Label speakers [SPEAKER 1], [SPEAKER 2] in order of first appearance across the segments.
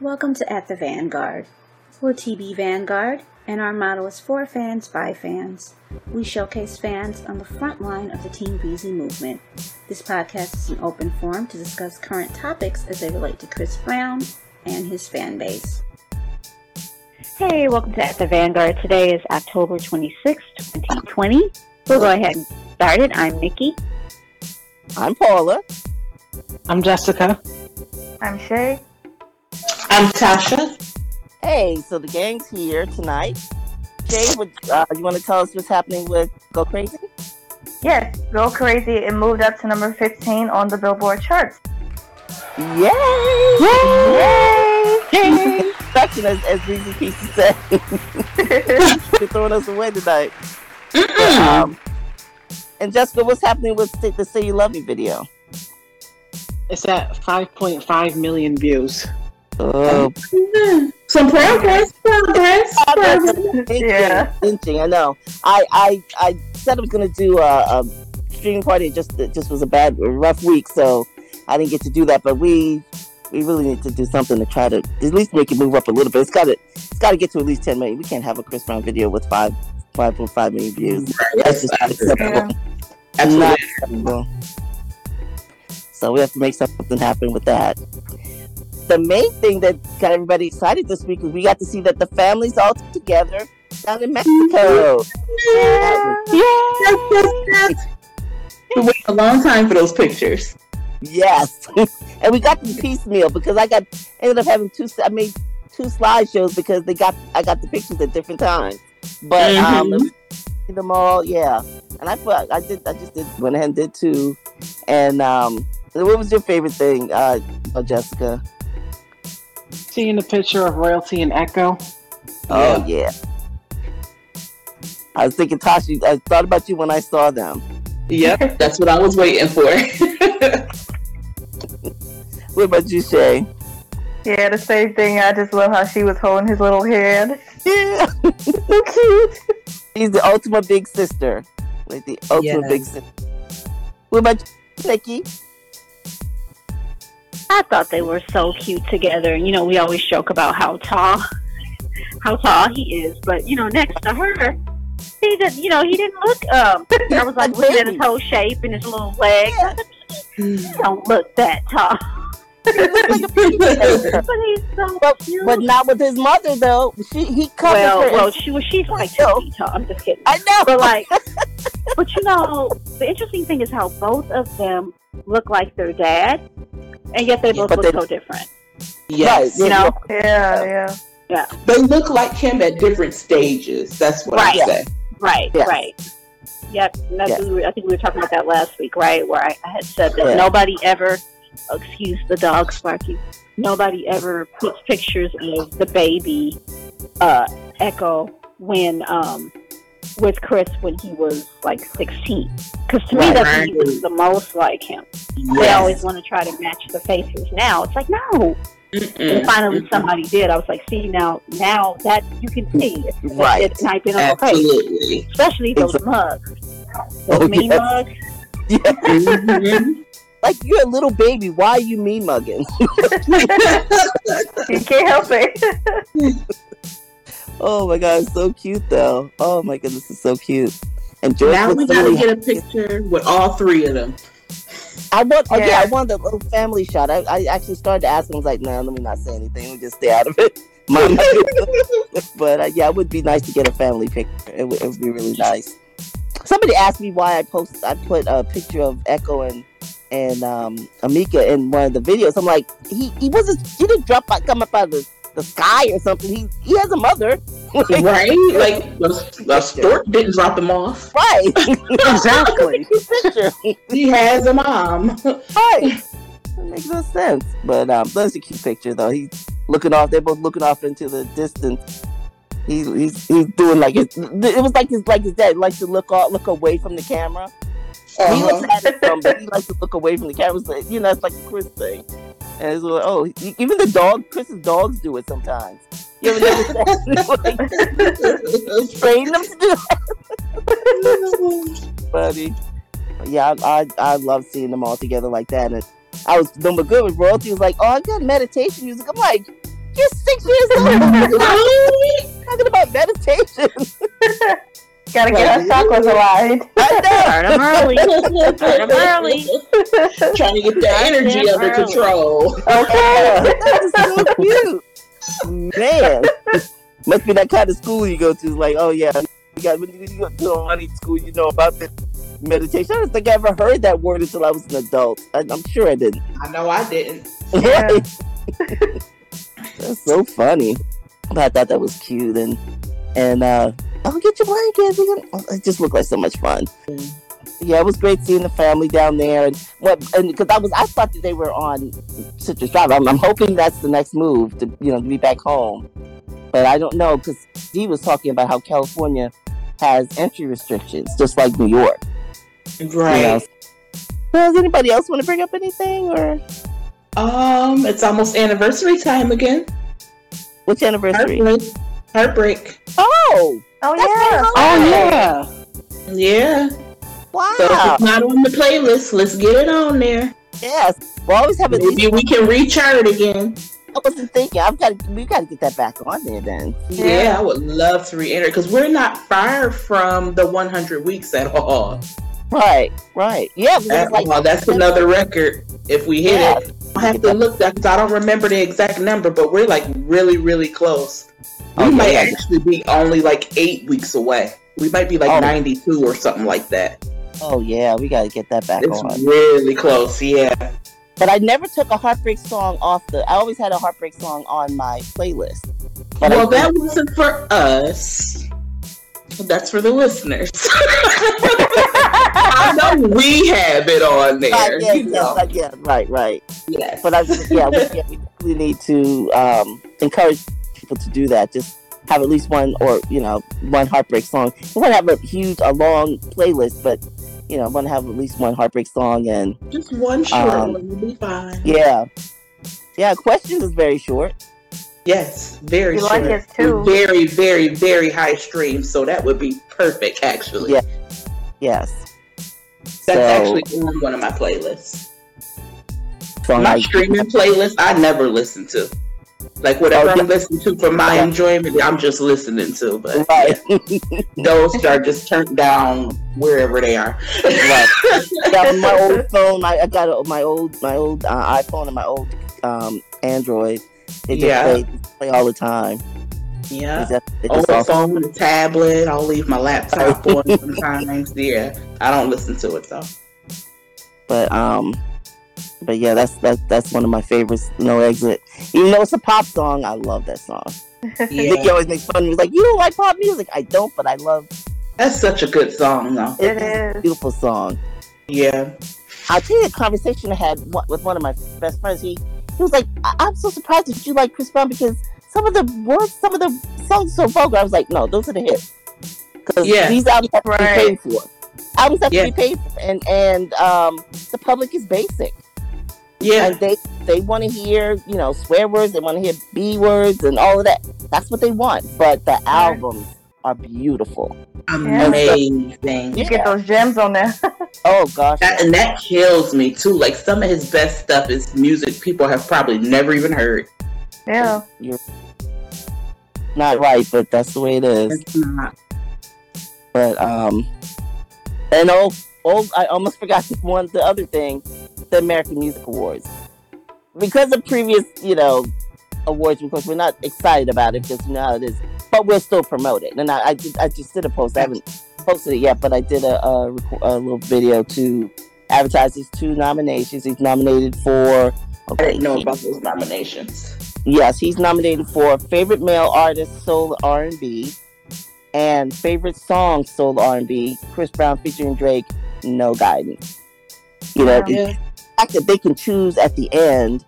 [SPEAKER 1] Welcome to At the Vanguard. We're TB Vanguard, and our motto is for fans by fans. We showcase fans on the front line of the Team Breezy movement. This podcast is an open forum to discuss current topics as they relate to Chris Brown and his fan base.
[SPEAKER 2] Hey, welcome to At the Vanguard. Today is October 26, 2020. We'll go ahead and start it. I'm Nikki.
[SPEAKER 3] I'm Paula.
[SPEAKER 4] I'm Jessica.
[SPEAKER 5] I'm Shay.
[SPEAKER 6] I'm Tasha.
[SPEAKER 3] Hey, so the gang's here tonight. Jay, would, uh, you want to tell us what's happening with Go Crazy?
[SPEAKER 5] Yes, Go Crazy. It moved up to number 15 on the Billboard charts.
[SPEAKER 3] Yay! Yay! Yay! Touching us, as Breezy Pizza said. You're throwing us away tonight. But, um, and Jessica, what's happening with Sti- the Say You Love Me video?
[SPEAKER 4] It's at 5.5 million views.
[SPEAKER 3] Oh,
[SPEAKER 6] Some progress, progress, progress.
[SPEAKER 5] Yeah.
[SPEAKER 3] I know. I, I, I said I was going to do a, a streaming party. It just, it just was a bad, a rough week, so I didn't get to do that. But we, we really need to do something to try to at least make it move up a little bit. It's got to, it's got to get to at least 10 million. We can't have a Chris Brown video with five, 5.5 million views. That's just not acceptable.
[SPEAKER 5] Yeah.
[SPEAKER 3] not acceptable. So we have to make something happen with that. The main thing that got everybody excited this week is we got to see that the family's all together down in Mexico.
[SPEAKER 6] Yes, yes, yes. We waited a long time for those pictures.
[SPEAKER 3] Yes, and we got them piecemeal because I got ended up having two. I made two slideshows because they got I got the pictures at different times, but um,
[SPEAKER 6] Mhm.
[SPEAKER 3] see them all. Yeah, and I put I did I just did went ahead and did two, and um, what was your favorite thing, uh, uh, Jessica?
[SPEAKER 4] Seeing the picture of royalty and Echo.
[SPEAKER 3] Oh yeah. I was thinking, Tasha, I thought about you when I saw them.
[SPEAKER 6] Yep, that's what I was waiting for.
[SPEAKER 3] What about you, Shay?
[SPEAKER 5] Yeah, the same thing. I just love how she was holding his little hand.
[SPEAKER 3] Yeah. so cute. She's the ultimate big sister. Like the ultimate
[SPEAKER 6] Yes.
[SPEAKER 3] big sister. What about you, Nikki?
[SPEAKER 2] I thought they were so cute together. You know, we always joke about how tall, how tall he is, but you know, next to her, he did. You know, he didn't look. Um, I was like looking at his whole shape and his little legs. I said, He don't look that tall, but he's so
[SPEAKER 3] But,
[SPEAKER 2] cute.
[SPEAKER 3] but not with his mother though. She he covers
[SPEAKER 2] well,
[SPEAKER 3] her.
[SPEAKER 2] well, she was. She's like two feet tall. I'm just kidding.
[SPEAKER 3] I know.
[SPEAKER 2] but like but you know the interesting thing is how both of them look like their dad and yet they both
[SPEAKER 3] But
[SPEAKER 2] look
[SPEAKER 3] they-
[SPEAKER 2] so different
[SPEAKER 6] yes,
[SPEAKER 3] Right,
[SPEAKER 2] you know
[SPEAKER 5] Yeah, yeah.
[SPEAKER 6] they look like him at different stages. That's what
[SPEAKER 2] Right.
[SPEAKER 6] I say.
[SPEAKER 2] right
[SPEAKER 3] Yes.
[SPEAKER 2] right yep and that's
[SPEAKER 3] Yes.
[SPEAKER 2] we were, i think we were talking about that last week right where i, I had said that
[SPEAKER 3] Yeah.
[SPEAKER 2] nobody ever excuse the dog barking nobody ever puts pictures of the baby uh echo when um with chris when he was like 16 because to me
[SPEAKER 3] Right.
[SPEAKER 2] that's when he was the most like him They always want to try to match the faces now. It's like, no.
[SPEAKER 3] Mm-hmm.
[SPEAKER 2] And finally somebody did. I was like, see now now that you can see it's,
[SPEAKER 3] Right.
[SPEAKER 2] it's an identical face.
[SPEAKER 6] Absolutely.
[SPEAKER 2] Especially those
[SPEAKER 3] Exactly.
[SPEAKER 2] mugs. Those
[SPEAKER 3] Oh,
[SPEAKER 2] mean
[SPEAKER 3] yes.
[SPEAKER 2] mugs.
[SPEAKER 6] Mhm.
[SPEAKER 3] Like you're a little baby. Why are you mean mugging?
[SPEAKER 5] You can't help it.
[SPEAKER 3] Oh my god, it's so cute though. Oh my goodness, it's so cute. And George
[SPEAKER 6] now we
[SPEAKER 3] looks
[SPEAKER 6] gotta
[SPEAKER 3] really
[SPEAKER 6] get a picture with all three of them.
[SPEAKER 3] I want, oh, yeah.
[SPEAKER 5] Yeah.
[SPEAKER 3] I want the little family shot. I, I actually started to ask him, I was like, no, let me not say anything. Let me just stay out of it. Mom. but uh, yeah, it would be nice to get a family picture. It would, it would be really nice. Somebody asked me why I post, I put a picture of Echo and and um, Amika in one of the videos. I'm like, he, he wasn't, he didn't drop out, come up out of the, the sky or something. He he has a mother,
[SPEAKER 6] right? Like a, a stork didn't drop him off.
[SPEAKER 3] right? exactly. picture.
[SPEAKER 6] He has a mom.
[SPEAKER 3] Right. That makes no sense. But um, that's a cute picture though. He's looking off. They're both looking off into the distance. He's he's, he's doing like his, it was like his like his dad likes to look off, look away from the camera.
[SPEAKER 6] Uh-huh.
[SPEAKER 3] He looks at it from, but he likes to look away from the camera. So, you know, it's like a Chris thing. And it's like, oh, he- even the dog, Chris's dogs do it sometimes. You ever notice that? like, train them to do buddy. Yeah, I, I I love seeing them all together like that. And I was number good with royalty. Was like, oh, I got meditation music. I'm like, you is six years old. Talking about meditation.
[SPEAKER 5] Gotta get her chakras aligned.
[SPEAKER 3] I
[SPEAKER 2] Start 'em early. Start 'em early.
[SPEAKER 6] Trying to get that energy under control.
[SPEAKER 3] know. That's so cute. Man. Must be that kind of school you go to. It's like, oh yeah, you got when you go to online school, you know about this meditation. I don't think I ever heard that word until I was an adult. I, I'm sure I didn't.
[SPEAKER 6] I know I didn't.
[SPEAKER 5] Yeah.
[SPEAKER 3] Right. That's so funny. But I thought that was cute and and uh oh get your blankets. we can- oh, It just looked like so much fun.
[SPEAKER 6] Mm.
[SPEAKER 3] Yeah, it was great seeing the family down there and what and because I was I thought that they were on Citrus Drive. I'm, I'm hoping that's the next move to you know to be back home. But I don't know because Dee was talking about how California has entry restrictions, just like New York.
[SPEAKER 6] Right.
[SPEAKER 3] Yeah. Does anybody else want to bring up anything or
[SPEAKER 6] Um, it's almost anniversary time again.
[SPEAKER 3] which anniversary?
[SPEAKER 6] Heartbreak. Heartbreak.
[SPEAKER 3] Oh,
[SPEAKER 5] Oh
[SPEAKER 3] that's
[SPEAKER 5] yeah.
[SPEAKER 3] my
[SPEAKER 4] Oh
[SPEAKER 3] holiday.
[SPEAKER 4] yeah.
[SPEAKER 6] Yeah. So if
[SPEAKER 3] Wow.
[SPEAKER 6] it's not on the playlist, let's get it on there.
[SPEAKER 3] Yes. We always have at least.
[SPEAKER 6] Maybe we can rechart it again.
[SPEAKER 3] I wasn't thinking. I've got. We got to get that back on there then.
[SPEAKER 6] Yeah, I would love to re-enter because we're not far from the 100 weeks at all.
[SPEAKER 3] Right. Right. Yeah. Because
[SPEAKER 6] At
[SPEAKER 3] it's like
[SPEAKER 6] all. That's another record if we hit
[SPEAKER 3] Yeah.
[SPEAKER 6] it. I have to look that because I don't remember the exact number, but we're like really, really close. We
[SPEAKER 3] Oh,
[SPEAKER 6] might
[SPEAKER 3] yeah.
[SPEAKER 6] actually be only like eight weeks away. We might be like
[SPEAKER 3] Oh.
[SPEAKER 6] 92 or something like that.
[SPEAKER 3] oh yeah, we got to get that back
[SPEAKER 6] It's
[SPEAKER 3] on.
[SPEAKER 6] really close. Yeah.
[SPEAKER 3] But I never took a heartbreak song off the. I always had a heartbreak song on my playlist. But
[SPEAKER 6] well,
[SPEAKER 3] I,
[SPEAKER 6] that wasn't for us. That's for the listeners. I know we have it on there.
[SPEAKER 3] Right, yeah,
[SPEAKER 6] you
[SPEAKER 3] yeah,
[SPEAKER 6] know.
[SPEAKER 3] right, yeah, right, right.
[SPEAKER 6] Yes.
[SPEAKER 3] But I, yeah, we, yeah, we definitely need to um, encourage people to do that. Just have at least one or you know one heartbreak song. We want to have a huge, a long playlist, but you know, want to have at least one heartbreak song and
[SPEAKER 6] Just one short
[SPEAKER 3] Um,
[SPEAKER 6] one will be fine.
[SPEAKER 3] Yeah. Yeah, questions is very short.
[SPEAKER 6] Yes, very
[SPEAKER 5] We
[SPEAKER 6] short.
[SPEAKER 5] like it too.
[SPEAKER 6] Very, very, very high stream. So that would be perfect, actually.
[SPEAKER 3] Yeah. Yes.
[SPEAKER 6] That's
[SPEAKER 3] So,
[SPEAKER 6] actually on one of my playlists.
[SPEAKER 3] song
[SPEAKER 6] My
[SPEAKER 3] I-
[SPEAKER 6] streaming playlist, I never listen to. Like whatever
[SPEAKER 3] Oh, yeah.
[SPEAKER 6] I'm listening to for my
[SPEAKER 3] Yeah.
[SPEAKER 6] enjoyment, I'm just listening to. But
[SPEAKER 3] Right.
[SPEAKER 6] yeah, those are just turned down wherever they are.
[SPEAKER 3] right. Yeah, on my old phone. I, I got a, my old my old uh, iPhone and my old um, Android. They just
[SPEAKER 6] Yeah.
[SPEAKER 3] play, play all the time.
[SPEAKER 6] Yeah.
[SPEAKER 3] It's just- it's
[SPEAKER 6] Old
[SPEAKER 3] just awful.
[SPEAKER 6] phone, the tablet. I'll leave my laptop on sometimes. Yeah, I don't listen to it though.
[SPEAKER 3] But um, but yeah, that's that's that's one of my favorites. No exit. Even though it's a pop song, I love that song.
[SPEAKER 6] Yeah,
[SPEAKER 3] He always makes fun of me. He's like, you don't like pop music? I don't, but I love
[SPEAKER 6] that's such a good song though.
[SPEAKER 5] It
[SPEAKER 3] It's a
[SPEAKER 5] is.
[SPEAKER 3] beautiful song.
[SPEAKER 6] Yeah,
[SPEAKER 3] I'll tell you a conversation I had wa- with one of my best friends. He he was like, I- "I'm so surprised that you like Chris Brown because some of the words, some of the songs are so vulgar." I was like, "No, those are the hits because
[SPEAKER 6] Yeah.
[SPEAKER 3] these albums have to
[SPEAKER 5] Right.
[SPEAKER 3] be paid for. Albums have
[SPEAKER 6] Yeah.
[SPEAKER 3] to be paid for, and and um, the public is basic,
[SPEAKER 6] yeah,
[SPEAKER 3] and they they want to hear you know swear words, they want to hear b words, and all of that. That's what they want. But the albums are beautiful.
[SPEAKER 6] amazing.
[SPEAKER 5] You get those gems on there.
[SPEAKER 3] Oh gosh,
[SPEAKER 6] That, and that kills me too. Like some of his best stuff is music people have probably never even heard.
[SPEAKER 5] yeah.
[SPEAKER 3] not right, but that's the way it is.
[SPEAKER 6] It's not.
[SPEAKER 3] But um, and oh, oh, I almost forgot the one, the other thing, the American Music Awards, because of previous, you know, awards. Because we're not excited about it because you know how it is, but we'll still promote it. And I, I, did, I just did a post. I haven't posted it yet, but I did a a, reco- a little video to advertise his two nominations. He's nominated for.
[SPEAKER 6] I
[SPEAKER 3] Okay,
[SPEAKER 6] didn't know
[SPEAKER 3] he-
[SPEAKER 6] about those nominations.
[SPEAKER 3] Yes, he's nominated for favorite male artist soul R and B, and favorite song soul R and B. Chris Brown featuring Drake, No Guidance. You know, the
[SPEAKER 6] Yeah,
[SPEAKER 3] fact that they can choose at the end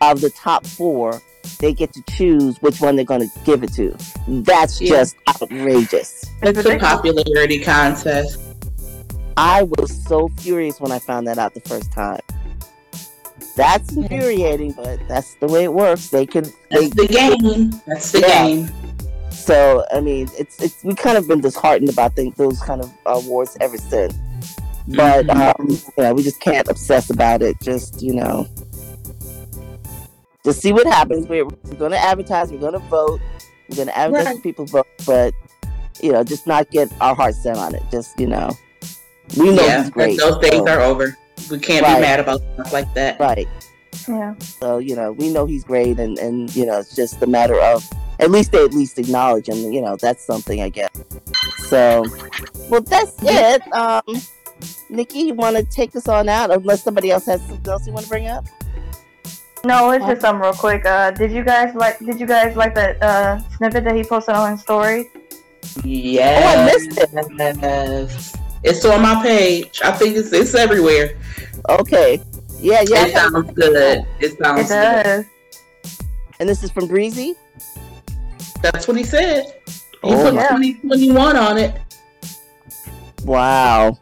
[SPEAKER 3] of the top four, they get to choose which one they're going to give it to. That's
[SPEAKER 6] Yeah.
[SPEAKER 3] just outrageous.
[SPEAKER 6] it's a
[SPEAKER 5] ridiculous.
[SPEAKER 6] popularity contest.
[SPEAKER 3] I was so furious when I found that out the first time. That's infuriating, but that's the way it works. They can they
[SPEAKER 6] That's the game. That's the
[SPEAKER 3] Yeah.
[SPEAKER 6] game.
[SPEAKER 3] So I mean, it's it's we kind of been disheartened about things, those kind of awards ever since. But
[SPEAKER 6] Mm-hmm.
[SPEAKER 3] um, yeah, we just can't obsess about it. Just you know, Just see what happens. We're, we're going to advertise. We're going to vote. We're going to advertise
[SPEAKER 6] Right.
[SPEAKER 3] for people vote, but you know, just not get our hearts set on it. Just you know, we know
[SPEAKER 6] yeah,
[SPEAKER 3] he's great.
[SPEAKER 6] those days
[SPEAKER 3] so-
[SPEAKER 6] are over. We can't
[SPEAKER 3] Right.
[SPEAKER 6] be mad about stuff like that.
[SPEAKER 3] right.
[SPEAKER 5] Yeah.
[SPEAKER 3] So you know, we know he's great, and and you know, it's just a matter of at least they at least acknowledge him. You know, that's something I guess. So, well, that's it. Um, Nikki, you want to take us on out, unless somebody else has something else you want to bring up?
[SPEAKER 5] No, it's just um real quick. Uh, did you guys like? Did you guys like that uh snippet that he posted on his story?
[SPEAKER 6] Yeah.
[SPEAKER 3] Oh, I missed
[SPEAKER 6] it. It's on my page. I think it's it's everywhere.
[SPEAKER 3] Okay. Yeah, yeah.
[SPEAKER 6] It sounds good. It sounds
[SPEAKER 5] It does.
[SPEAKER 3] And this is from Breezy.
[SPEAKER 6] good. That's what he said. He
[SPEAKER 3] Oh
[SPEAKER 6] put
[SPEAKER 5] my-
[SPEAKER 6] 2021 on it.
[SPEAKER 3] Wow.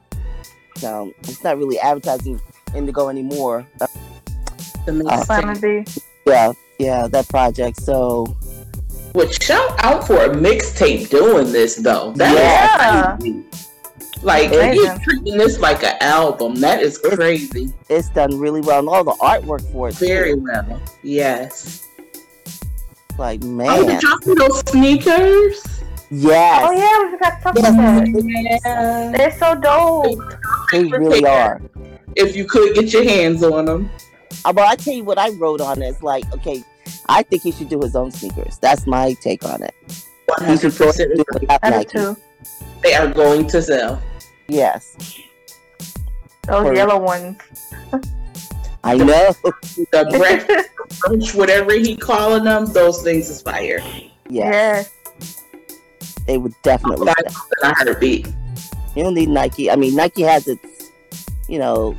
[SPEAKER 3] So it's not really advertising Indigo anymore. Uh,
[SPEAKER 6] The mixtape.
[SPEAKER 3] Uh,
[SPEAKER 5] Simon B.
[SPEAKER 3] yeah, yeah, that project. So
[SPEAKER 6] Which shout out for a mixtape doing this though. That is crazy. Like
[SPEAKER 3] Amazing.
[SPEAKER 6] you're treating this like an album. That is crazy.
[SPEAKER 3] it's done really well, and all the artwork for it. too.
[SPEAKER 6] Very well. Yes.
[SPEAKER 3] Like
[SPEAKER 6] Oh,
[SPEAKER 3] man,
[SPEAKER 6] did y'all see those sneakers?
[SPEAKER 3] yes,
[SPEAKER 5] Oh yeah, we forgot to talk
[SPEAKER 3] Yes.
[SPEAKER 5] about that.
[SPEAKER 6] Yeah.
[SPEAKER 5] They're so dope.
[SPEAKER 3] they really are.
[SPEAKER 6] If you could get your hands on them.
[SPEAKER 3] Uh, But I tell you what, I wrote on it. It's like, okay, I think he should do his own sneakers. That's my take on it. He should go
[SPEAKER 6] 100%
[SPEAKER 3] and do it without
[SPEAKER 5] I do
[SPEAKER 3] Nike.
[SPEAKER 5] too.
[SPEAKER 6] they are going to sell.
[SPEAKER 3] Yes,
[SPEAKER 5] Those
[SPEAKER 3] Or-
[SPEAKER 5] yellow ones.
[SPEAKER 3] I know.
[SPEAKER 6] The bread, brunch, whatever he calling them, those things is fire.
[SPEAKER 3] yeah,
[SPEAKER 5] Yes.
[SPEAKER 3] they would definitely.
[SPEAKER 6] That's in a heartbeat.
[SPEAKER 3] You don't need Nike. I mean, Nike has its, you know,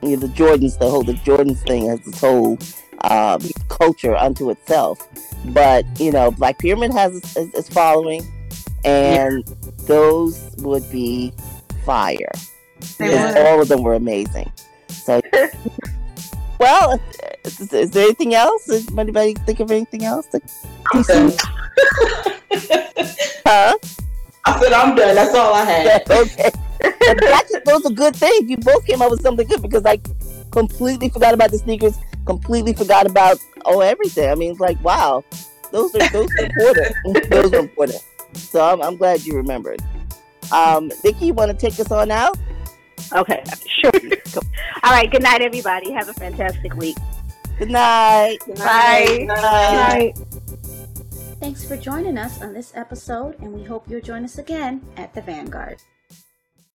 [SPEAKER 3] you know, the Jordans, the whole the Jordans thing has its whole um, culture unto itself. But you know, Black Pyramid has its, its its following, and those would be fire.
[SPEAKER 5] They
[SPEAKER 6] Yeah.
[SPEAKER 3] Because all of them were amazing. So, well, is, is there anything else? Does anybody think of anything else? that-
[SPEAKER 6] I'm done.
[SPEAKER 3] Huh?
[SPEAKER 6] I said I'm done. That's all I
[SPEAKER 3] Yeah,
[SPEAKER 6] had.
[SPEAKER 3] okay. But that's, those are good things. You both came up with something good because I completely forgot about the sneakers. Completely forgot about oh everything. I mean, it's like wow, those are those are important. those are important. So I'm, I'm glad you remembered. Um, Nikki, you want to take us on out?
[SPEAKER 2] Okay, sure. All right, good night, everybody. Have a fantastic week.
[SPEAKER 3] Good night.
[SPEAKER 5] Bye.
[SPEAKER 3] Bye.
[SPEAKER 1] Thanks for joining us on this episode, and we hope you'll join us again at the Vanguard.